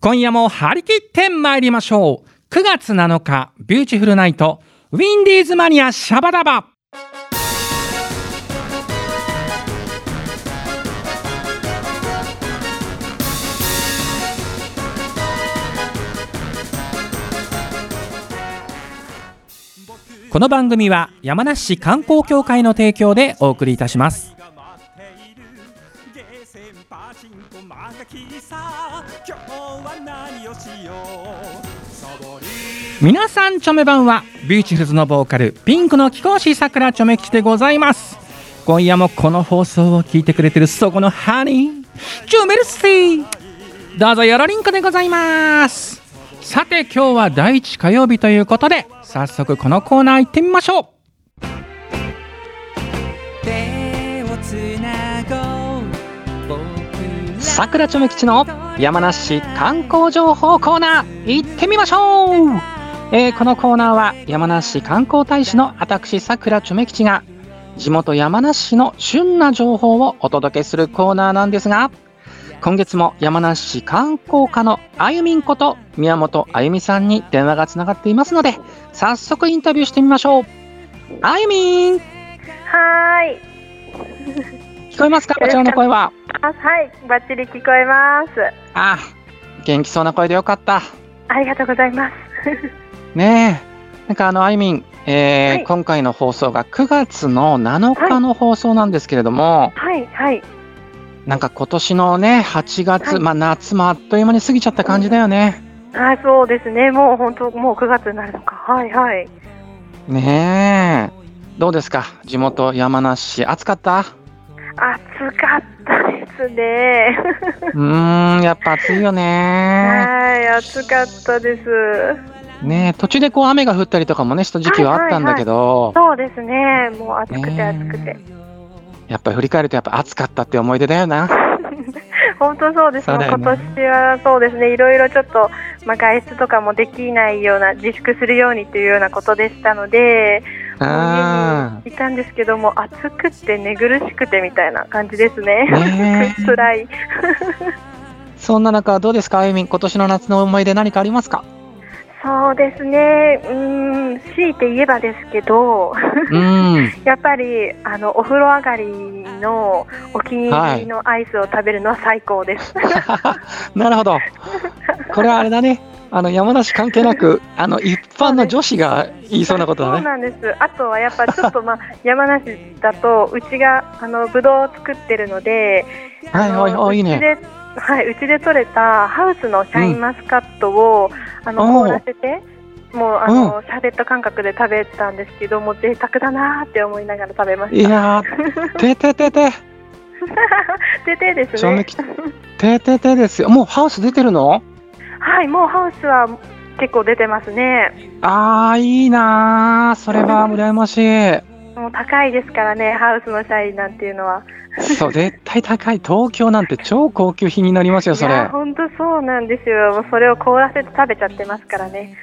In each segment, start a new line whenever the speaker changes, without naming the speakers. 今夜も張り切って参りましょう。9月7日、ビューティフルナイト、ウィンディーズマニアシャバダバ。この番組は山梨市観光協会の提供でお送りいたします。
が待っているゲーセンパチンコマガキさ今日は何をしようサボり
皆さんチョメ版はビーチフルズのボーカルピンクの貴公子さくらチョメ吉でございます今夜もこの放送を聞いてくれてるそこのハニーチュメルシーどうぞよろりんこでございますさて今日は第一火曜日ということで早速このコーナー行ってみましょう
手をつなごう僕ら
さくらちょめ吉の山梨市観光情報コーナー行ってみましょう、えーこのコーナーは山梨市観光大使の私さくらちょめ吉が地元山梨市の旬な情報をお届けするコーナーなんですが今月も山梨市観光課のあゆみんこと宮本あゆみさんに電話がつながっていますので早速インタビューしてみましょうあゆみん
はーい。
聞こえますかこちらの声は
あはい、バッチリ聞こえます。
あー元気そうな声でよかった
ありがとうございます。
ねえ、なんかあの、あいみん、えー
はい
今回の放送が9月の7日の放送なんですけれども、
はい、はい。
なんか今年のね、8月、
はい
まあ夏もあっという間に過ぎちゃった感じだよね。
あそうですね。もう本当、もう9月になるのか。はい、はい。
ねえ、どうですか、地元山梨市、暑か った
暑かったですね。
うーん、やっぱ暑いよね。
はい、暑かったです。
ねえ、途中でこう雨が降ったりとかもね、した時期はあったんだけど、
そうですね。もう暑くて暑くて。
やっぱり振り返るとやっぱ暑かったって思い出だよな。
本当そうです。
そうだよね
もう今年はそうですね。いろいろちょっと、まあ、外出とかもできないような、自粛するようにというようなことでしたので、
うん。
いたんですけども暑くて寝苦しくてみたいな感じですね。
ねえ
辛い。
そんな中、どうですか、あゆみん、今年の夏の思い出何かありますか
そうですね。うーん、強いて言えばですけど、
うん。
やっぱりあのお風呂上がりのお気に入りのアイスを食べるのは最高です。
なるほど。これはあれだね。あの山梨関係なく、あの一般の女子が言いそうなこと
そう
だね。
なんです。あとはやっぱちょっとまあ山梨だとうちがあのブドウを作ってるので、
はいはい
あの
はいいいう
ち
ね。
で、はいうちで取れたハウスのシャインマスカットを、あの
おう
凍らせて。もうあの、シャーベット感覚で食べたんですけども贅沢だなーって思いながら食べま
い
した。
やー、てててて、
ででです
賞味
ね。
き、てててですよ。もうハウス出てるの？
はい、もうハウスは結構出てますね。
あーいいなー。それは羨ましい。
もう高いですからね、ハウスのシャインなんていうのは。
そう絶対高い。東京なんて超高級品になりますよ。
い
そ
や
れ。
本当そうなんですよ。もうそれを凍らせて食べちゃってますからね。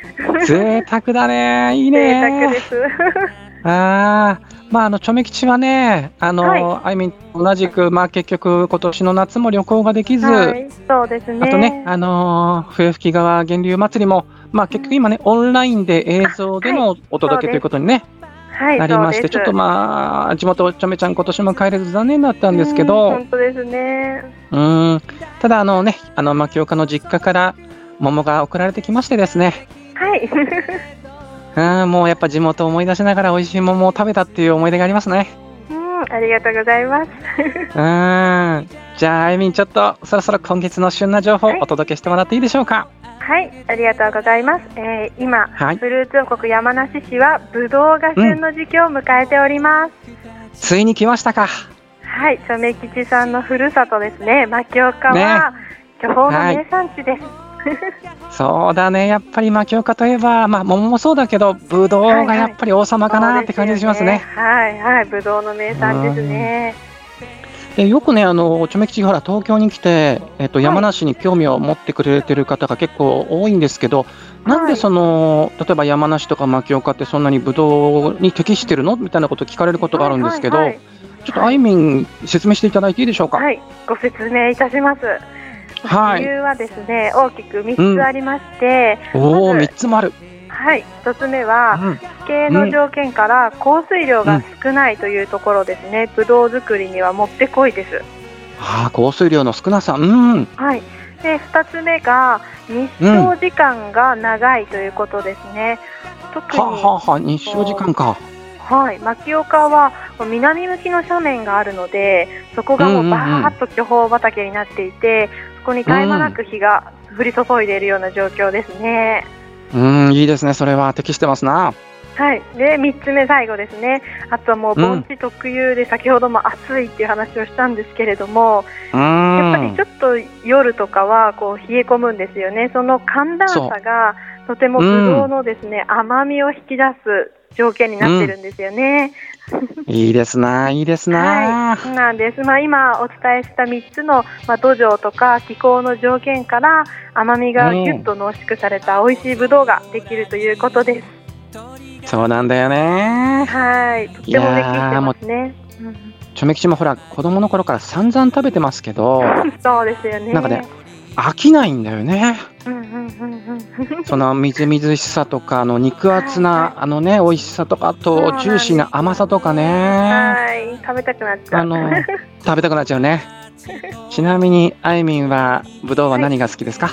贅沢だね。いい
贅沢
ね
で
ー。
す。
ああ。まあ、あのチョメ吉はね、あの、
は
あいみん同じく、まあ、結局、今年の夏も旅行ができず、
はい、そうですね。
あとね、あのー笛吹川源流祭りも、まあ、結局今ね、オンラインで映像でのお届けということに、ね
はい、
なりまし
そうで
て、ち
す
ょっとまあ、地元ちょめちゃん、今年も帰れず残念だったんですけ
うん
ど
本、当ですね。
うーん、ただあのね、あの、牧岡の実家から桃が送られてきましてですね、
はい。
うん、もうやっぱ地元を思い出しながら美味しい桃を食べたっていう思い出がありますね。
うん、ありがとうございます。
うーん、じゃあ、あゆみん、ちょっとそろそろ今月の旬な情報をお届けしてもらっていいでしょうか。
はい、ありがとうございます。えー今、
はい。
フルーツ王国山梨市はブドウが旬の時期を迎えております。
ついに来ましたか。
はい、チョメ吉さんのふるさとですね、牧岡は、巨峰の名産地です。
そうだね、やっぱり牧岡といえば、まあ、桃もそうだけど、ぶどう
は
が
いはい
やっぱり王様かなって感じがしますね。
そうですよねはいはい、ブドウの名産ですね。
でよくね、あのチョメ吉ほら、東京に来て、えっと、山梨に興味を持ってくれてる方が結構多いんですけど、なんでその、例えば山梨とか牧岡ってそんなにぶどうに適してるのみたいなことを聞かれることがあるんですけど、
はいはい
ちょっとあいみん、説明していただいていいでしょうか。
はいはいご説明いたします。
は
理
い。
由はですね大きく3つありまして、
おお、
ま
三
ず
つもある。
はい、1つ目
う
は
ん。
地形の条件から降水量が少ないというところですね、ぶどう作りにはもってこいです。
ああ、降水量の少なさ。うん。
はい、で2つ目が日照時間が長いということですね。特に
はあ、はあはあ、日照時間か。
はい、牧岡は南向きの斜面があるのでそこがもうバーッと巨峰畑になっていて、そこに絶え間なく日が降り注いでいるような状況ですね。
うん、いいですね。それは適してますな。
はい、で3つ目、最後ですね、あとはもう盆地特有で先ほども暑いっていう話をしたんですけれども、
う
やっぱり
ん
ち。ょっと夜とかはこう冷え込むんですよね、その寒暖差がとてもぶどうのです、ね甘みを引き出す条件になってるんですよね。
いいですな。いいですな。
そうなんです。まあ今お伝えした3つのまあ土壌とか気候の条件から甘みがぎゅっと濃縮された美味しいぶどうができるということです。
そうなんだよね。
はい、とってもできてますね。うん
ちょめきちもほら、子供の頃から散々食べてますけど、
そうですよね。
なんかね飽きないんだよね。
うんうんうんうん。
そのみずみずしさとか、あの肉厚
はい
な、あのね、美味しさとか、あ
そう
と
なんです
ジューシーな甘さとかね。
はい、食べたくなっちゃ
あ
う。
の、食べたくなっちゃうね。ちなみに、あいみんは、ぶどうは何が好きですか。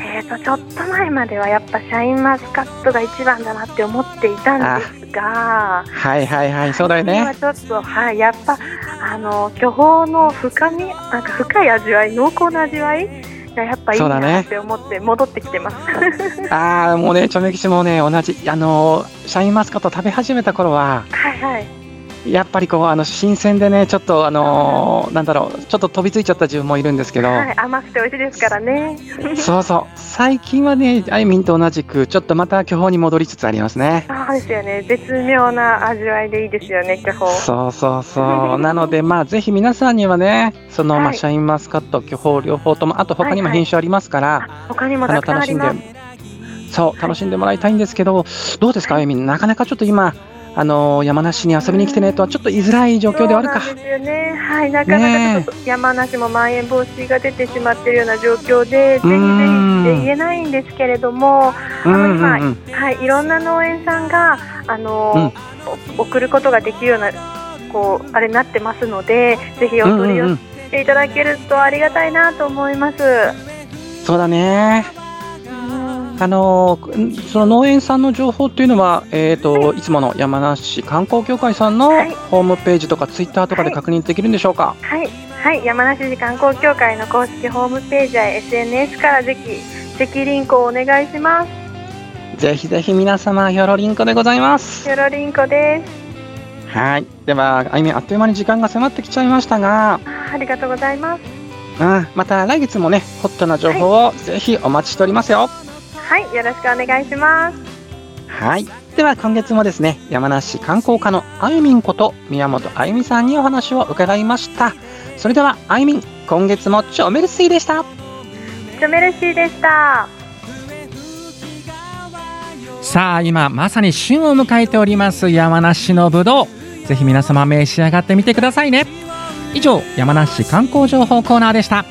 えっとちょっと前まではやっぱシャインマスカットが一番だなって思っていたんですが。
はいはいはい、そうだよね。
今ちょっとはいやっぱあの巨峰の深みなんか深い味わい濃厚な味わいがやっぱいい
そうだね
なって思って戻ってきてます。
ああ、もうね、ちょめきちもね、同じ、あの、シャインマスカット食べ始めた頃は。
はいはい
やっぱりこう、あの、新鮮でね、ちょっと、あの、なんだろう、ちょっと飛びついちゃった自分もいるんですけど。
はい甘くて美味しいですからね。
そうそう、最近はね、あいみんと同じく、ちょっとまた巨峰に戻りつつありますね。
そうですよね絶妙な味わいでいいですよね巨峰。
そうそう そう。なので、まあ、ぜひ皆さんにはね、その、まあ、
はい
シャインマスカット、巨峰両方とも、あと他にも
はいはい
品種ありますから、
他にもたくさんあります。
そう、楽しんでもらいたいんですけど、どうですか、あゆみん、なかなかちょっと今、あの、山梨に遊びに来てねとは、ちょっと言いづらい状況ではあるか。
そうなんですよね。はいなかなかちょっと山梨もまん延防止が出てしまっているような状況でぜひぜひって言えないんですけれども。
うんうんうん。
はい、いろんな農園さんが、あのお送ることができるようなこうあれになってますのでぜひお
うんう
取り
んう
寄
ん、
せていただけるとありがたいなと思います。
そうだね。
うん
あのんその農園さんの情報っていうのは、えー、といつもの山梨市観光協会さんの
はい
ホームページとかツイッターとかで
はい
確認できるんでしょうか、
はい、はい、山梨市観光協会の公式ホームページや SNS からぜひチェキリンクをお願いします。
ぜひぜひ皆様よろりんこでございます
よろりんこです。
はいではあいみんあっという間に時間が迫ってきちゃいましたが、
あーありがとうございます。
うん、また来月もねホットな情報をぜひお待ちしておりますよ
はい、よろしくお願いします。
はいでは今月もですね山梨観光課のあゆみんこと宮本あゆみさんにお話を伺いましたそれではあゆみん今月もチョメルスイでした
チョメルシーでした。
さあ今まさに旬を迎えております山梨のぶどうぜひ皆様召し上がってみてくださいね以上山梨観光情報コーナーでした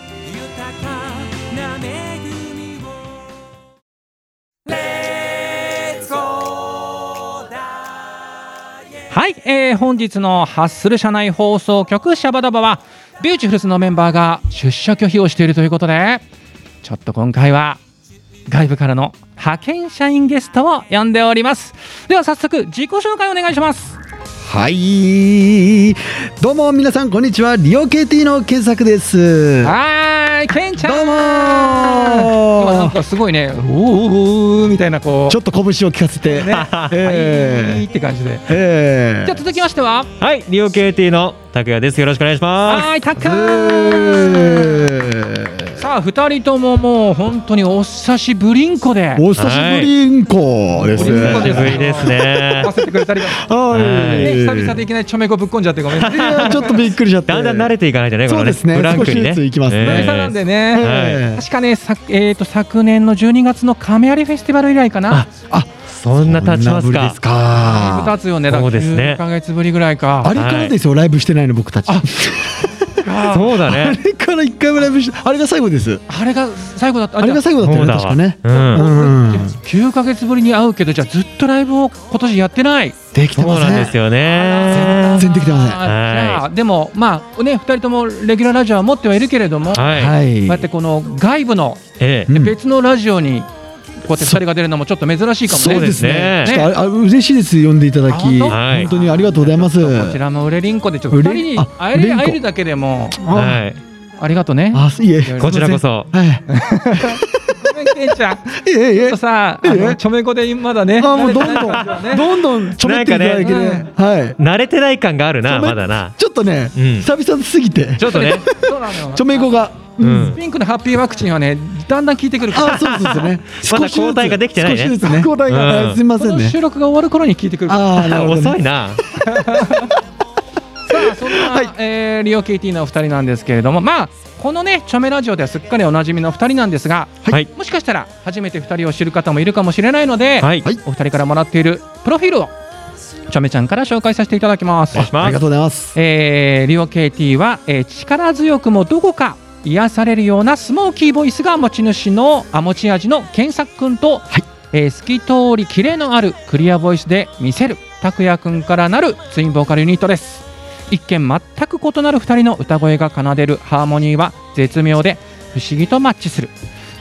はい、えー本日のハッスル社内放送局シャバダバはビューティフルズのメンバーが出社拒否をしているということでちょっと今回は外部からの派遣社員ゲストを呼んでおりますでは早速自己紹介お願いします
はい。どうも皆さんこんにちは。リオ KT の検索です。
はーいケンちゃん
どうもー
今なんかすごいねおーおーおーみたいなこう
ちょっと拳を利かせて。
ねはい
え
って感じで
えええ
じゃあ続きましては
はい、リオ KT の拓也です。よろしくお願いします。
はーいたっ
え
かー
え
さあ二人とももう本当にお久しぶりんこで
お久しぶりんこで
お
す。
久しぶりですね
合わ。せてくれたりが、
はい。
ね、久々でいきなりちょめこぶっこんじゃってごめんなさ
い
い
やちょっとびっくりしちゃって。
だんだん慣れていかないとね、この
そうですね
ブランクにね
少しず。ついきますね
久
え
々
ー
なんでね、
ええ
確かね、さえー、と昨年の12月の亀有フェスティバル以来かな、
そんな経ちま
そ
す
んなぶりで
か
す。か。
立つよね、だ
そうですね
9ヶ月ぶりぐらいか
あ。れからですよ、ライブしてないの僕たち。
か
そう だ
あ
ね。
れから一回もライブしたあれが最後です
あれが最後だった
あれが最後だった
そ
よ
う
ね
だ
確
わ。
かね
うん。
うん
9か月ぶりに会うけどじゃあずっとライブを今年やってない
できて
そ
ま
う
せ
なん
ん
ですよね
全。然できてません
あーじゃあでもまあね2人ともレギュラーラジオは持ってはいるけれども、こ
はい。
いう
やってこの外部の
え
うん
別のラジオにこうやって2人が出るのもちょっと珍しいかもね。
そうですね
ちょっとあれあ嬉しいです呼んでいただき
あ
はい
本当にありがとうございます
こちらも売れりんこでちょっと2人
売れ
に
あ
会える
売れりんこ
会えるだけでも
え。はい。
ありがとうね。
あいえ
いろいろ
こちらこそ。
はい
ごめんけんちゃん。
い
ち
えいえ
ょっとさあのちょめこでまだね。
あもうどんどん
慣れてないからね
どんどんちょめっていただいて
なん
ねはい
慣れてない感がある
ち
な、
ょめ
まだな。
ちょっとね
うん
久々すぎて
ちょっとね。
そうなのよ
ちょめこが
うん。
ピンクのハッピーワクチンはねだんだん効いてくるから。
あそうですね
まだ交代ができてない
少
ね
しずつ交代
うん
があすみま
こ
せん
の
ね
収録が終わる頃に聞いてくるから。
あーなるほどね
遅いな。
さあそんな、
はい
えーリオ KT のお二人なんですけれどもまあこのねチョメラジオではすっかりおなじみの二人なんですが
はい。
もしかしたら初めて二人を知る方もいるかもしれないので、
はい。
はい
お
お二人からもらっているプロフィールをチョメちゃんから紹介させていただきます
願いし
あ
ま
りが
す。
とうございます
えーリオ KT は、えー力強くもどこか癒されるようなスモーキーボイスが持ち主のあ持ち味の健作くんと、えー透き通りキレのあるクリアボイスで見せる拓也くんからなるツインボーカルユニットです一見全く異なる2人の歌声が奏でるハーモニーは絶妙で不思議とマッチする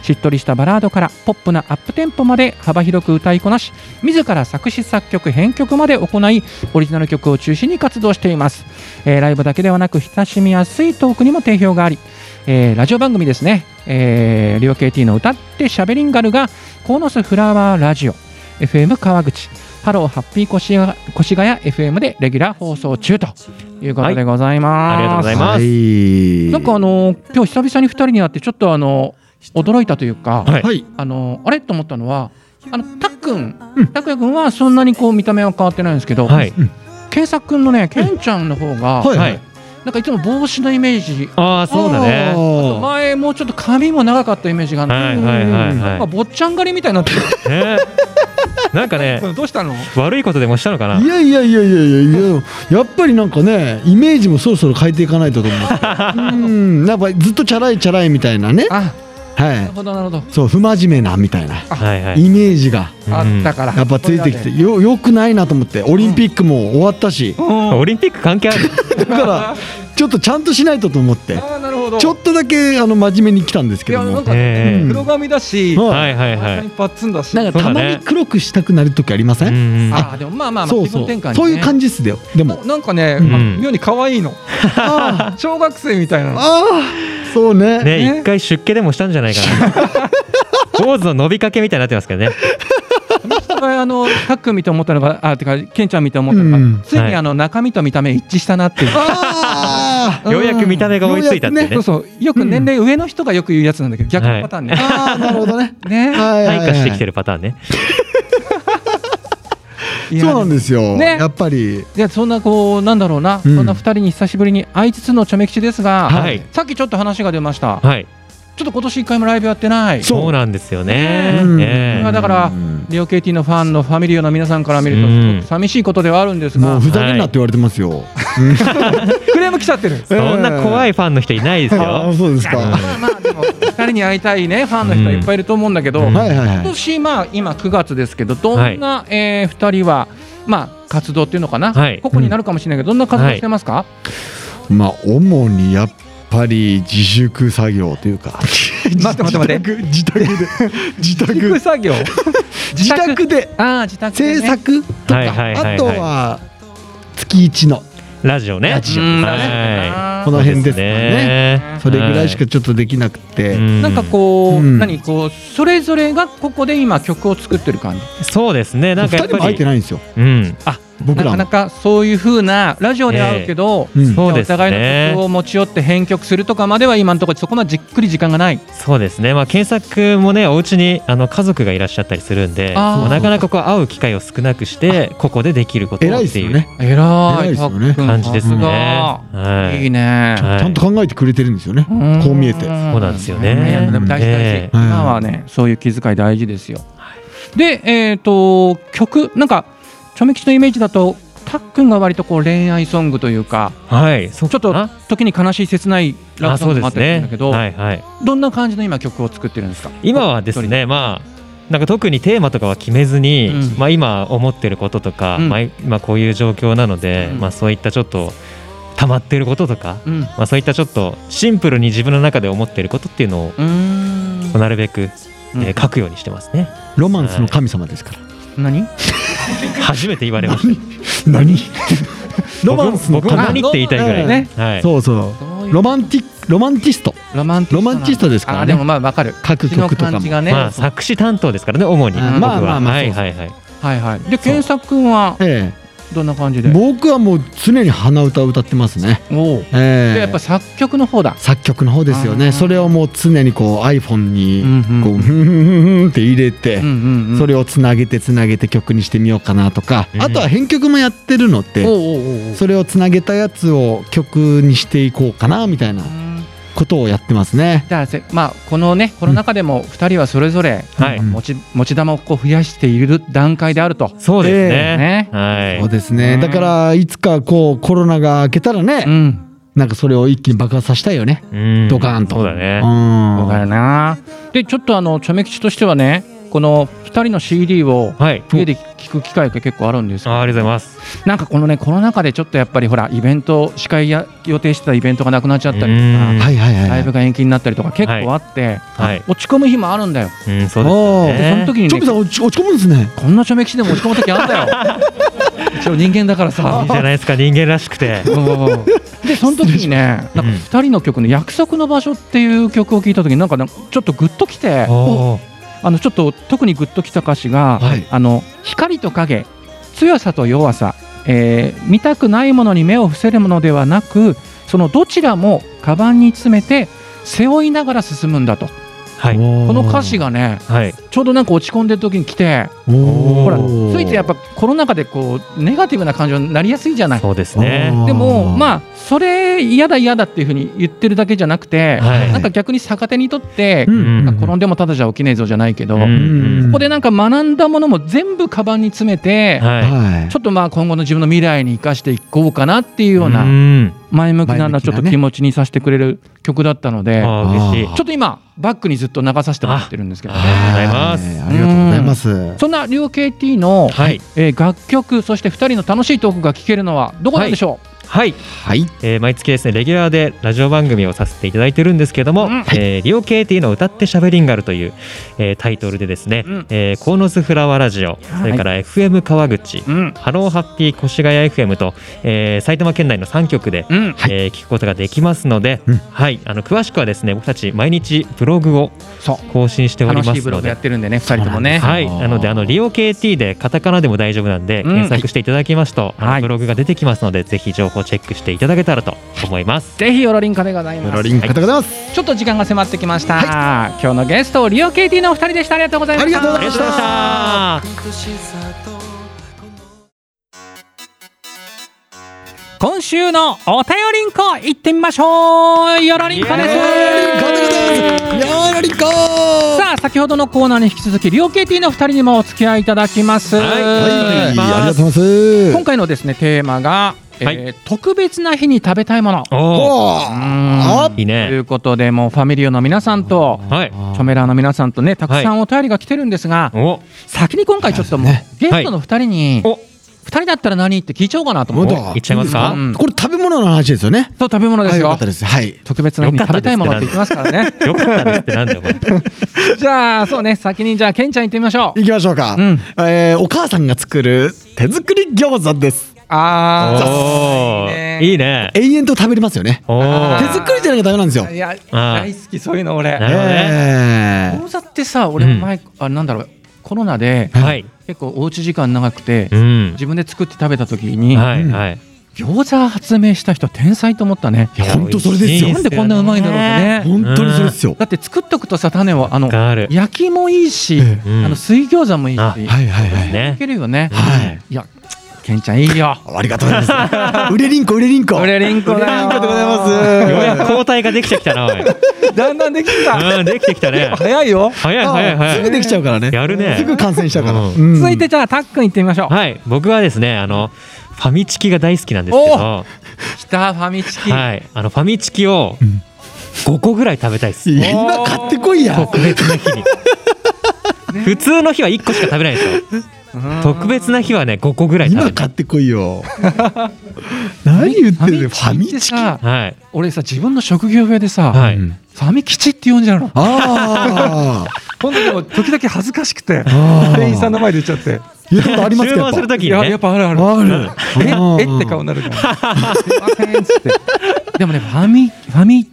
しっとりしたバラードからポップなアップテンポまで幅広く歌いこなし自ら作詞作曲編曲まで行いオリジナル曲を中心に活動していますえーライブだけではなく親しみやすいトークにも定評があり、えーラジオ番組ですね、えー、リオ KT の歌ってしゃべりんがるが鴻巣フラワーラジオ FM 川口ハローハッピー越谷越谷 FM でレギュラー放送中ということでござい
はいあ
ます、
りがとうございます
い
なんかあのー今日久々に2人に会ってちょっとあのー驚いたというか、
はい
はい
あのーあれと思ったのはあのたっくん、たくやくんはそんなにこう見た目は変わってないんですけど、
はい。
けんさくくんのねけんちゃんの方が、
はい
はい。
なんかいつも帽子のイメージ
ああ、そうだ
あ
ね。
ー。
前もうちょっと髪も長かったイメージがある
はいはいはい
なんか
は
坊ちゃん狩りみたいになってる
い。ねなんかね、
どうしたの
悪いことでもしたのかない
やいやいやいやいやいややっぱりなんかねイメージもそろそろ変えていかないとと思ううんやっぱずっとチャラいチャラいみたいなね
あ
は
なる
い
ほどなるほど
そう不真面目なみたいな
はいはい。
イメージが
あったから
やっぱついてきてよよくないなと思ってオリンピックも終わった し
うん
オリンピック関係ある。
だからちょっとちゃんとしないとと思って
あなるほど
ちょっとだけあの真面目に来たんです
い
け
や
ど
なん
も
か
え
え
黒髪だし
うん
はいはいは
髪
い。
パッツンだし
なんか
そ
た
うだ
ま
ね
に黒くしたくなる時ありませ
うんん
あでもまあまあまあ
そう
気
そ
分
う
転換にね
そういう感じっすよでも
なんかね
ん
あ妙に可愛い の
あ
小学生みたいな
ー
の
あーそうね
ね、
ね
一回出家でもしたんじゃないかな。 坊主の伸びかけみたいになってますけどね。
あのタックン見て思ったのがあてかケンちゃん見て思ったの
う
が
ん
ついにあの中身と見た目一致したなっていう
あ
うん
ようやく見た目が追いついたってね
そう。そうよく年齢上の人がよく言うやつなんだけど逆のパターンね、
ーあーなるほどね
ね
はいはい
退
はい
化してきてるパターンね。
いや
そうなんですよ、
ね
やっぱり
でそんなこうなんだろうな、
うん
そんな二人に久しぶりに会いつつのチョメ吉ですが、
はい
さっきちょっと話が出ました、
はい。
ちょっと今年一回もライブやってない
そう
そうなんですよね。
うん
え
まあ
え
だから
うん
レオ KT のファンのファミリアの皆さんから見るとすごく寂しいことではあるんですが、
もうふざけんなって言われてますよ、
クレーム来ちゃってる
ええ
そんな怖いファンの人いないです
ああ
よ。
そうですか、は
まあまあでも二人に会いたいねファンの人はいっぱいいると思うんだけど、
うん
い
今
はいはい
年まあ今9月ですけどどんな、えー二人はまあ活動っていうのかな、
はい
ここになるかもしれないけどどんな活動してますか、
まあ主にやっぱり自粛作業というか
待って待って待
自宅 自宅で自宅
自宅 作業
自宅で
ああ自宅で
制
ね
作とか、
はいはいはいはい
あとは月一の
ラジオね。
ラジ
う
オ
ん
は
この辺ですかね
ね
それぐらいしかちょっとできなくて、
なんかこ
う
う、
ん
何こうそれぞれがここで今曲を作ってる感じ
うそうですねなんか
二
やっ
人も
ぱ
会えて
り
ないんですよ
うん
僕ら
な
も
かなかそういう風なラジオではあるけど、
うん
そう
お
です
互いの曲
ね
を持ち寄って編曲するとかまでは今のところそこまでじっくり時間がない
そうですねまあ検索もねお家にあの家族がいらっしゃったりするんで
あー
まあなかなかこう会う機会を少なくしてここでできることを
偉いで
っ
す
てい
よ
う
ね、
えら
偉い
い
ですよね
パックン
感じですね
さすが
はい
いいね、
はい
ちゃんと考えてくれてるんですよね、
ん
こう見えて
そうなんですよね
いやでも大事大事、
ね
今はねそういう気遣い大事ですよ。でえっ、と曲なんかチョメキチのイメージだとたっくんが割とこう恋愛ソングというか
はい、そう
ちょっと
あ
時に悲しい切ないラブ
あ
ソ
そ
ン
うで
グもあっ
す
たりする
ね
んだけど、
はいはい、
どんな感じの今曲を作ってるんですか
今はですねまあなんか特にテーマとかは決めずに、
うん
まあ、今思ってることとか、
うん
まあ、今こういう状況なので、
うん
まあ、そういったちょっと溜まってることとか、
うんう
まあ、そういったちょっとシンプルに自分の中で思ってることっていうのを
ーん
なるべく、
うん
えー書くようにしてますね、
ロマンスの神様ですから。
何
初めて言われまし た
何ロマンスの
僕も僕も何
神
って言いたいぐらい、
ね
はい、
そうそう。ロマンティロマンティスト
ロマン
ロマンチストですからね
あでもまあわかる
書く
詩の
曲とか
感
も
じ。がね、
まあ、作詞担当ですからね主に
うん
僕は、
まあまあまあ
はいはいはい
はいはいで健作くんは
え
どんな感じ
え、
で
僕はもう常に鼻歌を歌ってますね。
おお
ええ
でやっぱ作曲の方だ
作曲の方ですよ
あー
ね。それをもう常にこう iPhone
う
に
んうん
こうふんふんふんふんって入れて
うんう。んうん
それをつなげてつなげて曲にしてみようかなとか、
うん
あとは編曲もやってるの
おう
で
おうおうおう
それをつなげたやつを曲にしていこうかなみたいな
うん
ことをやってますね。
じゃあせまあこのねコロナ禍でも2人はそれぞれ
はい
うん
持ち持ち玉をこう増やしている段階であると
そうですね、
ね
そう
はい
です
う
ね
ん
だからいつかこうコロナが明けたらね、
うん
なんかそれを一気に爆発させたいよね、
うん
ドカーンと
そうだね、
うん
そうだよなでちょっとあのチョメ吉としてはねこの2人の CD を
はい
家で聴く機会が結構あるんですけど
あありがとうございます
なんかこのねコロナ禍でちょっとやっぱりほらイベント司会や予定してたイベントがなくなっちゃったりと
うん
か
はいはいはい、
ラ
は
イブ
い、
が延期になったりとか結構あって、
はい、
落ち込む日もあるんだよ、
うん、そうです
おー
ね
でその時に、
ちょびさん
ね、
落ち落ち込むんですね
こんなちょめきしでも落ち込む時あ んだよ一応人間だから
い
さ
いじゃないですか人間らしくて
うんでその時にねなんか
うん
2人の曲の「約束の場所」っていう曲を聴いた時になんかなんかちょっとグッときて
おー
あのちょっと特にグッときた歌詞が、
はい
あの光と影強さと弱さ、えー見たくないものに目を伏せるものではなくそのどちらもカバンに詰めて背負いながら進むんだと
はい
こ
こ
の歌詞がね
はい
ちょうどなんか落ち込んでる時に来て
ほ
ほらついてやっぱコロナ禍でこうネガティブな感情になりやすいじゃない
そうですね
でもまあそれ嫌だ嫌だっていうふうに言ってるだけじゃなくて、
はい
なんか逆に逆手にとって、
う
うん
ん
なんか転んでもただじゃ起きねえぞじゃないけど、
うん
ここでなんか学んだものも全部カバンに詰めて、
は
はい
ちょっとまあ今後の自分の未来に生かしていこうかなっていう
い
ような
うん
前向きな
前向き
ちょ
なね
っと気持ちにさせてくれる曲だったので、
あー嬉しい
あー
ちょっと今バックにずっと流させてもらってるんですけど
あ
ね。
あり
はいありがとうございます、
そんな両 KT の、
はい
えー楽曲そして2人の楽しいトークが聴けるのはどこなんでしょ
はい、
はい
えー毎月ですねレギュラーでラジオ番組をさせていただいてるんですけども「
うん
えーリオケイティの歌ってしゃべりんがる」という、えータイトルでですね、
うん
えー鴻巣フラワーラジオそれから FM 川口、
う、うん
ハローハッピー越谷 FM と、えー埼玉県内の3局で、
うん
はい
えー聞くことができますので、
うん
はい、あの詳しくはですね僕たち毎日ブログを
そう
更新しており
楽
ま
しい
す
ブロ
の
グや
で
っ。てるんでね2人ともね、
はい、なのであのリオ KT でカタカナでも大丈夫なんで、
うん
検索していただきますと、あの
はい
ブログが出てきますのでぜひ情報チェックしていただけたらと思います。
ぜひよろりんかでござい
ブ
ま
ロ
す
リンありがとうございます、
ちょっと時間が迫ってきました、今日のゲストリオ KT のお二人でしたありがとうございま
あ
した
りがとうございました
ありがとうございました
今週のお便りんこ行ってみましょうよろりんこです
イエ
やーりこー
さあ先ほどのコーナーに引き続きリオ KT のお二人にもお付き合いいただきます、
はい
はい、あり
ま
が
す
とうございます。
今回のですねテーマが、えー
はい
特別な日に食べたいもの
おお、
お
う
ー
ーん
いい
とい
ね。
うことでもうファミリオの皆さんと
はい。
チョメラーの皆さんとねたくさ
は
んお便りが来てるんですが、
お、
先に今回ちょっともう、ゲストの二人に、
お、
二人だったら何って聞いちゃおうかなと思
本
っ
当
て
行っちゃいますか
うん
これ食べ物の話ですよね。
そう食べ物です
はいよ
よ
かったです。はい。
特別な日に食べたいものって言ってますからね
よかったですってなんだよこれ。
じゃあそうね先にじゃあケンちゃん行ってみましょう
行きましょうか。
うん
えーお母さんが作る手作り餃子です。
あ
お
ー
お、いいね。
永遠と食べれますよね。
おお、
あ
手
ー
作りじゃなきゃダメなんですよ
あ。いや
あー
大好きそういうの俺
なるほどね。
えー
餃子ってさ俺も前、あなんだろうコロナで
はい。
結構おうち時間長くて、
うん。
自分で作って食べた時に、
はいはい。
餃子発明した人は天才と思ったね
いや本当それですよ
なんでこんなうまいんだろうってね
本当にそれですよ。
だって作っとくとさ種をあの
がある。
焼きもいいし、
え
うん
あの水餃子もいいし、
あ
はいはいはい。
いけるよね、
はい
やケンちゃんいいよ。
ありがとうございます。売れリンコ、売れリンコ。
俺リンコだよ。
ありがとうございます。
ようやく交代ができてきたな、おい。
す。だんだんできてきた。
うん、できてきたね。
早いよ。
早い早い
あ
早
すぐ
い。
できちゃうからね。
やるね
すぐ感染しちゃうから。
うん
うん
続いてじゃあタックン行ってみましょう。
はい、僕はですね、あの、ファミチキが大好きなんですけど、
きたファミチキ。
はい、あのファミチキを
ん
5個ぐらい食べたいです。
今買ってこいや。
特別な 日に。普通の日は1個しか食べないんですよ。
うん
特別な日はね、5個ぐらい食
今
べた
買
い
っ。てこいよ。何言ってるのファミ
って
チキ。
さ
はい、
俺さ自分の職業病でさ、
は
う
い。
ん
ファミ吉って呼んじゃうの。
あ
本当にでも時々恥ずかしくて
あー
店員さんの前で言っちゃって。
あ。やっぱありますか
注
やっ
文する
ぱ。
ときに
いやや
ね
っ、ぱあるある。
ある。
え
うん
えって顔になるから。すいませんっつって。で もねファミファミ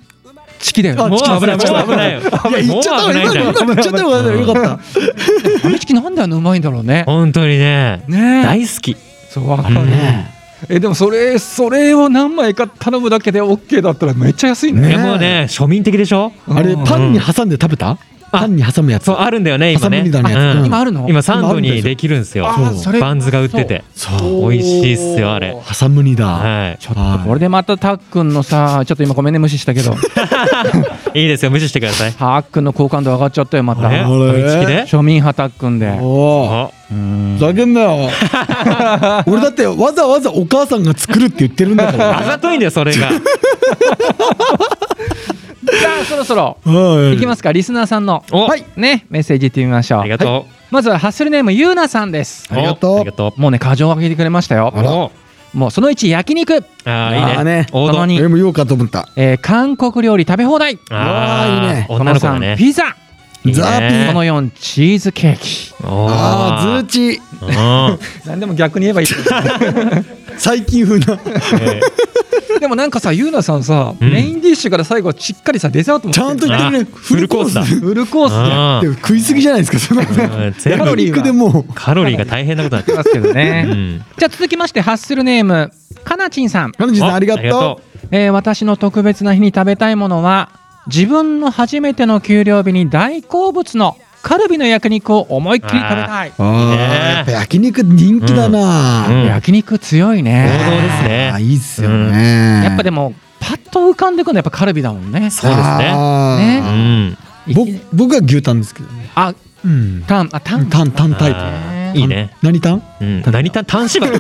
チキだよね。
あ
もう危ない、
ちょ
も
っ
う
と
危ないよ。
いや、言っちゃった
もう
わ
危ない
今の今の言
んだよ。
っちゃったわよかった。
ファミチキなんであんなうまいんだろうね。
本当にね、
ねえ。
大好き。
そうわかる。えでもそれそれを何枚か頼むだけで OK だったらめっちゃ安い
ね
い
ね。
やもうね、庶民的でしょ
あれ、パンに挟んで食べたパンに挟むやつ。
そう、あるんだよね、今
挟
ね。
みだね
うん
うん
今あるの？
今サンドにできるんですよ。
あ
そう
それ
バンズが売ってて。
そう。
美味しいっすよあれ
おー
挟むにだ。
は
ちょっとこれでまたたっくんのさちょっと今ごめんね無視したけど
い。いいですよ、無視してください。
たっくんの好感度上がっちゃったよま
あれ
た
あれ
ファミチキで
庶民派たっくんで
おお。
あ
ふざけんな よ。俺だってわざわざお母さんが作るって言ってるんだから。
あ ざといんだよ、それ が。
じゃあそろそろ
はい
きますかリスナーさんの
お、
はい
ねメッセージいってみましょう
ありがと
まずはハッスルネームゆうなさんです
う。
ありがとう
おありがとう。
もうね過剰を上げてくれましたよ
お
もうその1焼肉、
あーい
あ
い
ー
ね
ね。
王
たま
道
に。
俺も言おうかと思った。
えー韓国料理食べ放題
うわーいいね
ー女の子
こ
が
の3
ね。
ピザ
いいね
ザピ
この4チーズケーキ
おー
ああ、ズーチ
うん
何でも逆に言えばいい
最近風な。
え
でもなんかさゆうなさんさ、
うん
メインディッシュから最後しっかりさデザートも
ちゃんと言ってるね。
あフルコースだ
フ
フルコースでやっ
ー
でも食いすぎじゃないですか、その
うん全
カロ
部
リーは
肉でもう。
カロリーが大変なことになって
て
る
ますけどね、
うん
じゃあ続きましてハッスルネームかなちんさん、
カナジさん
お
ありがと
えー私の特別な日に食べたいものは自分の初めての給料日に大好物のカルビの焼肉を思いっきり食べたい、
う。あ
ね
あ、やっぱ焼肉人気だ
う
な。
ん
焼肉強い
王
ね、
道ですね
あーいいっすよね。
やっぱでもパッと浮かんでくるのはやっぱカルビだもんね
そうですね
あ
う
ー
ん
ぼ僕は牛タンですけどね。
あ
うん。
タンあタン
タンタンタイプ。
あーいいね
何タン？
うん何た単 縛り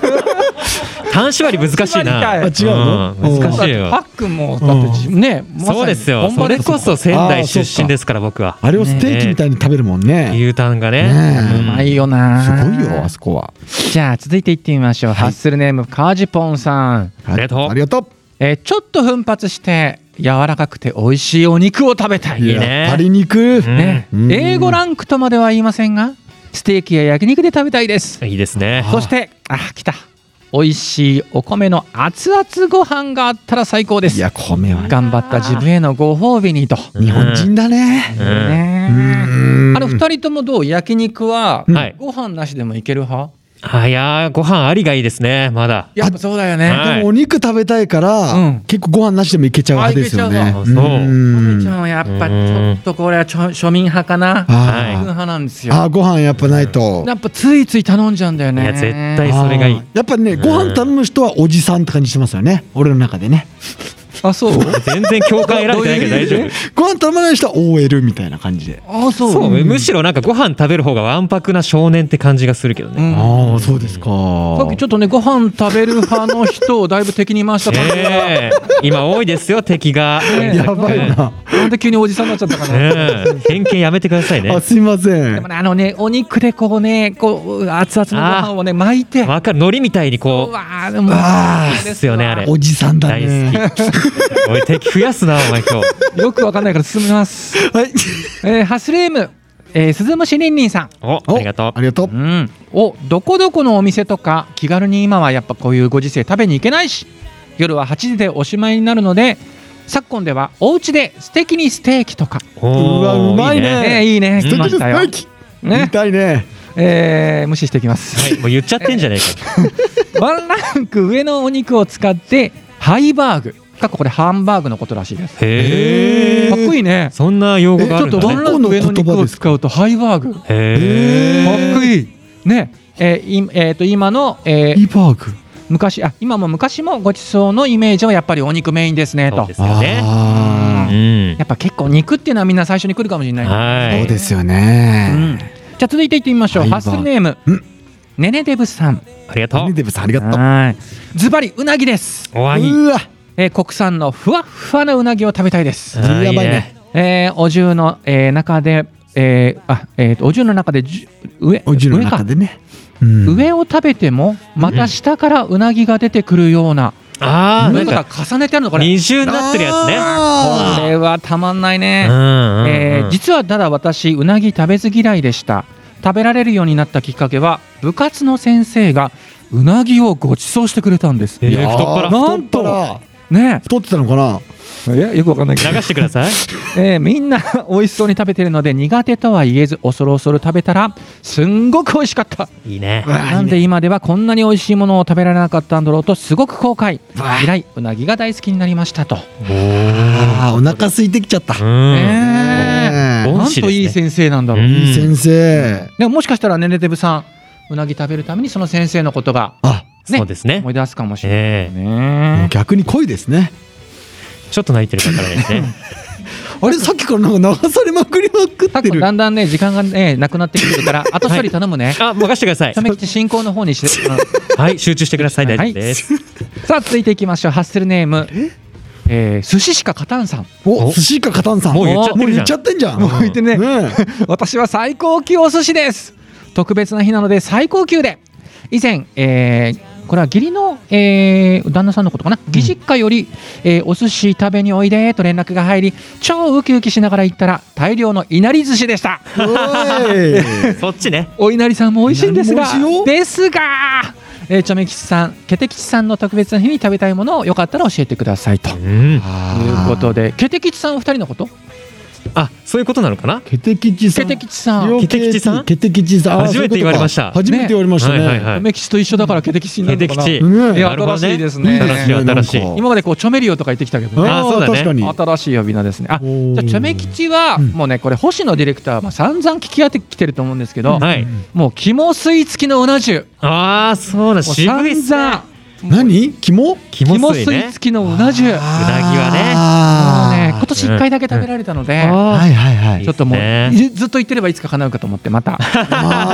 単縛り難しい
あ
な
違うの？
うん難
だっ
しい
て
よ
パックンもだって自分ねまさに
そうですよ
本
そ
場
れ
ですも
こ
ん
そ仙台出身ですから僕は
あれをステーキみたいに食べるもんね。
牛タンがね
ね
うまいよな
すごいよあそこは。
じゃあ続いていってみましょう、ハッスルネームカージポンさん、
ありがとう
ありがとう。
えーちょっと奮発して柔らかくて美味しいお肉を食べたい、
いね
やっぱり肉。
うん
ね
うん
A5 ランクとまでは言いませんがステーキや焼肉で食べたいです
いいですね
そしてあ来た美味しいお米の熱々ご飯があったら最高で
い
す
や米は
頑張った自分へのご褒美にと、
日本人だね。
うん
ね
うん
あの二人ともどう焼肉は
うん
はい
ご飯なしでもいける派
あいやーご飯ありがいいですねまだ
やっぱそうだよ
は
ね
い
でもお肉食べたいから、
うん
結構ご飯なしでもいけちゃう派ですよ
あい
ね
けちゃ。うの
ん
一番やっぱちょっとこれはちょ庶民派か
は
な
い
民
あ
派なんです
ーあ
よ
ーご飯やっぱないと。
やっぱついつい頼んじゃうんだよね
いや絶対それがいい
あーやっぱねご飯頼む人はおじさんって感じしてますよね。俺の中でね。
あそう
全然共感得られてないけど大丈夫
ご飯頼まない人は OL みたいな感じで。
あそう
そうむしろなんかご飯食べる方がわんぱくな少年って感じがするけどね
うん
ああそうですか。
さっきちょっとねご飯食べる派の人をだいぶ敵に回した感じ が
ねえ今多いですよ敵が
ねえ
やばいな。
なんで急におじさんになっちゃったかな
ねえ偏見やめてくださいね
あすいませ
で
ん
も。ねあのねお肉でこうねこう熱々のご飯をね巻いて
わかる海苔みたいに
う
こう
わーでも
あ
ーですよねあれ
おじさんだ
大
ね。
好きおい敵増やすなお前今日
よくわかんないから進みます、
はい。
えー、ハスレーム、えー、鈴虫りんりんさん
お
お
ありがとう
ありがとう
う。ん、おどこどこのお店とか気軽に今はやっぱこういうご時世食べに行けないし夜は8時でおしまいになるので昨今ではお家で素敵にステーキとか、
おー
うわうまいね
ね、いいね
素
来
敵
ま
で
ス
し
テ
たよ
ー、キ。見
ね
たいね。
えー無視してきま
は
す、
いもう言っちゃってんじゃねえか
ワンランク上のお肉を使ってハイバーグ過去これハンバーグのことらしいですか
へえ
へー
っこいいね
そんな用
え
語
ち
があ
ょ
る
っ
んだ
とワ
ね
ンランク上の肉を使うとハイバーグかっ
へ
え
え
ー
こいいねえーいえーと今の、えー
イパーク
昔あ今も昔もごちそうのイメージはやっぱりお肉メインですね
そ
と
うですよね。
あ
う
あ
ん
や。っぱ結構肉っていうのはみんな最初に来るかもしれない、
そ
は
う
い。
ですよ
う
ね
ん、じゃあ続いていってみましょう
はい
ハッスルネーム
うん
ねねデブさん
ありがと
ダニ
う。
デブさんありがとう
はいズバリうなぎです、
おわいい。
うわ
えー国産のふわっふわなうなぎを食べたいです、
んやばいね。
えーお重の、えー中で、えーあえーとお重の中でじゅ上
おじの
上か
中でねうん
上を食べてもまた下からうなぎが出てくるような、
ああ、な
上
ん
と
か
か重ねてあるのこれ
二重になってるやつね。
あー
これはたまんないね、
うんうん
えー
うん。
実はただ私うなぎ食べず嫌いでした食べられるようになったきっかけは部活の先生がうなぎをご馳走してくれたんです
え
いや
ー太っ
ー
腹。
なんと
太っ
ね
太ってたのかな
えいやよくわかんない けど、
流してください。
えーみんな美味しそうに食べてるので苦手とは言えず恐る恐る食べたらすんごく美味しかった
いいね。
なんで今ではこんなに美味しいものを食べられなかったんだろうとすごく後悔以来うなぎが大好きになりましたと、
あーお腹空いてきちゃった
うん。
ね
ね
え
恩
なん
師ですね
といい先生なんだろう、
うん
いい先生
でももしかしたらねねてぶさんうなぎ食べるためにその先生のことが
あ
ね
そうですね
思。い出すかもしれない
ええ、
もう
ね
逆に濃いですね
ちょっと泣いてるかわからないですね。
あれさっきからなんか流されまくりまく
さ
っ
っ
て
きも
る
だんだんね時間がねなくなってきてるから 後処理頼むね
あ、任せてください
と。めきち進行の方にして、
はい、集中してください。
はい
大丈夫です。
さあ続いていきましょうハッスルネームえー、寿司しか勝たんさん
お
お
寿司かカタンさん
もう言っちゃって
もう
る
言
じゃ
っ
ん
ちゃってんじゃん
もう言って
ね
ねえ
私は最高級お寿司です特別な日なので最高級で以前、えーこれは義理の、えー旦那さんのことかな義実家より、えーお寿司食べにおいでと連絡が入り超ウキウキしながら行ったら大量のいなり寿司でした
お い
そっちね。
お稲荷さんも美味しいんですが
いなりも美
ですがえー、チョメ吉さん、ケテ吉さんの特別な日に食べたいものをよかったら教えてくださいという
うん。
ことで、ケテ吉さんお二人のこと？
あ、そういうことなのかな。
ケテキチさ
ケ
ん
テ吉さん、
両
ケテキチさん
ケテキチさんあー
初めて言われました
そういうことか初めて言われましたね
はいはいはい
チョメ吉と一緒だからケテ吉にな
ヘ
るの
デ
か
キ
な。
チ。
ね
い
え
や
なるほどね
新しいですね
新しい新しい。
なんか
今までこうチョメリオとか言ってきたけどね、
あーそうだね
確かに
新しい呼び名ですね。あ、じ
おー
ゃあチョメ吉は
うん
もうねこれ星野ディレクターまあ散々聞き合ってきてると思うんですけど、
はい。
もう肝スイーツきのうな重、
ああ、そうだ。
もう
渋いっすね。
散々
何肝
キ
肝
モス
スイ
イ
ー
ね
ツ。きのうな重。
うなぎはね
は
もうね今年1回だけ食べられたので、
はいはいはい
ちょっともう、
いいです
ずっと言ってればいつか叶うかと思ってまた
あ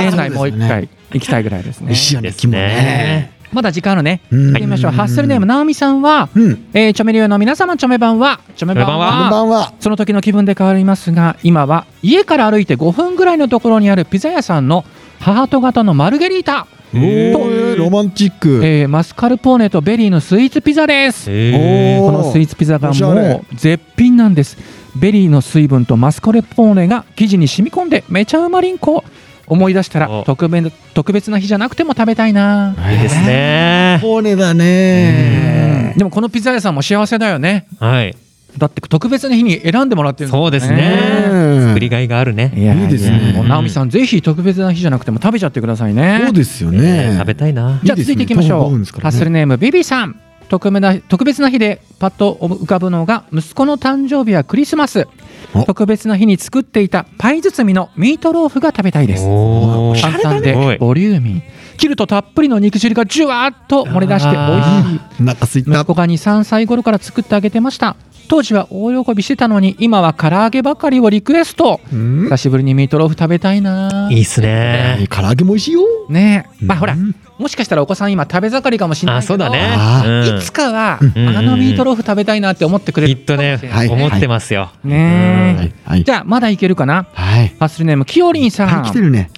ー
年内もう一
そですよね
回行きたいぐらいです
美
ね
味しいよ
で
ね
す
肝ね
ね。
まだ時間あるね
うん
行きましょうハッスルネームなおみさんは、
うん
えー、チョメリオの皆様チョメ版はチョメ版
チョメ
こん
版
ば
は
んは
その時の気分で変わりますが今は家から歩いて5分ぐらいのところにあるピザ屋さんのハート型のマルゲリータ、
おーロマンチック
えーマスカルポーネとベリーのスイーツピザです
へ
お
ー
このスイーツピザが
おしゃれ
もう絶品なんですベリーの水分とマスカルポーネが生地に染み込んでめちゃうまりんこ思い出したら
お
特別特別な日じゃなくても食べたいな、
いいですね。
コーネだね
でもこのピザ屋さんも幸せだよね
はい。
だって特別な日に選んでもらってるんだ
そうですね。
ね
作りがいがあるね。
いや
いいですね
もう直美さんぜひ特別な日じゃなくても食べちゃってくださいね
そうですよ
えー
ね
食べたいな。
じゃあ続いていきましょう。
いいですね
ハッスルネームビビさん。特別な特別な日でパッと浮かぶのが息子の誕生日やクリスマス
お
特別な日に作っていたパイ包みのミートローフが食べたいです
おお。
簡単
お
で
い
ボリューミー切るとたっぷりの肉汁がジュワーっと漏れ出して美味しい
お腹すいた
息子が23歳頃から作ってあげてました当時は大喜びしてたのに今は唐揚げばかりをリクエスト
うん
久しぶりにミートローフ食べたいない
いっすね。
唐揚げも美味しいよ
ねえまあ
うん
ほらもしかしたらお子さん今食べ盛りかもしれない
あ、
けど
そうだね。
あ
うん
いつかは、
うん
あのミートローフ食べたいなって思ってくれ
き
る
っとね
はい、
思ってますよ。
ねえ
はいはい
じゃあまだいけるかな
はい
ハッスルネームきよりんさ
はい
ん
来て、るね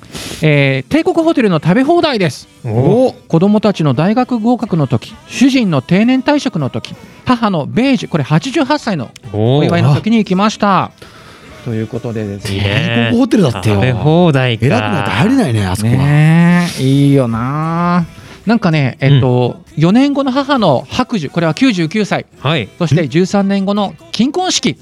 えー帝国ホテルの食べ放題です
お
お
子供たちの大学合格の時主人の定年退職の時母の米寿これ88歳の
お
お祝いの
ー。
時に行きましたということでです
いい
ね
ね
帝国ホテルだってよ
食べ放題か。
偉くなって入れないねあそこは
ねえいいよななんかねえっと、4年後の母の白寿これは99歳
はい。
そして13年後の金婚式、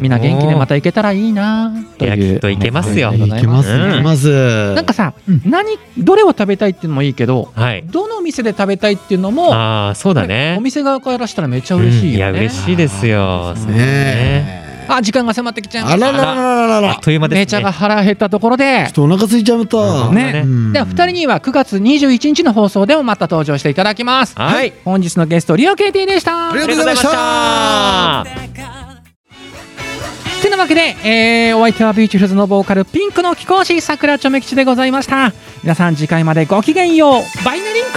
みんな元気でまた行けたらいいなという
いやきっと行けますよ
ありがとう
行
ござい
き
ま
ますす
うん
行きます
なんかさ、
うん
何どれを食べたいっていうのもいいけど、
はい。
どの店で食べたいっていうのも、
ああ、そうだね
お。店側からしたらめっちゃ嬉し
うん
いよね。
や嬉しいですよ。そうだね
ねえ
あ時間が迫ってきちゃいま
あ
し
らららららら
あっという間で
た
すね
姉ちゃんが腹減ったところで
ちょっとお腹空いちゃった。
ね
うん
では2人には9月21日の放送でもまた登場していただきます
はい
本日のゲストリオ KT でした
ありがと
あり
うござい
がとうござい
ま
ま
し。
したた
てなわけで、えーお相手はビーチフルズのボーカルピンクの貴公子桜ちょめ吉でございました皆さん次回までごきげんようバイナリンコ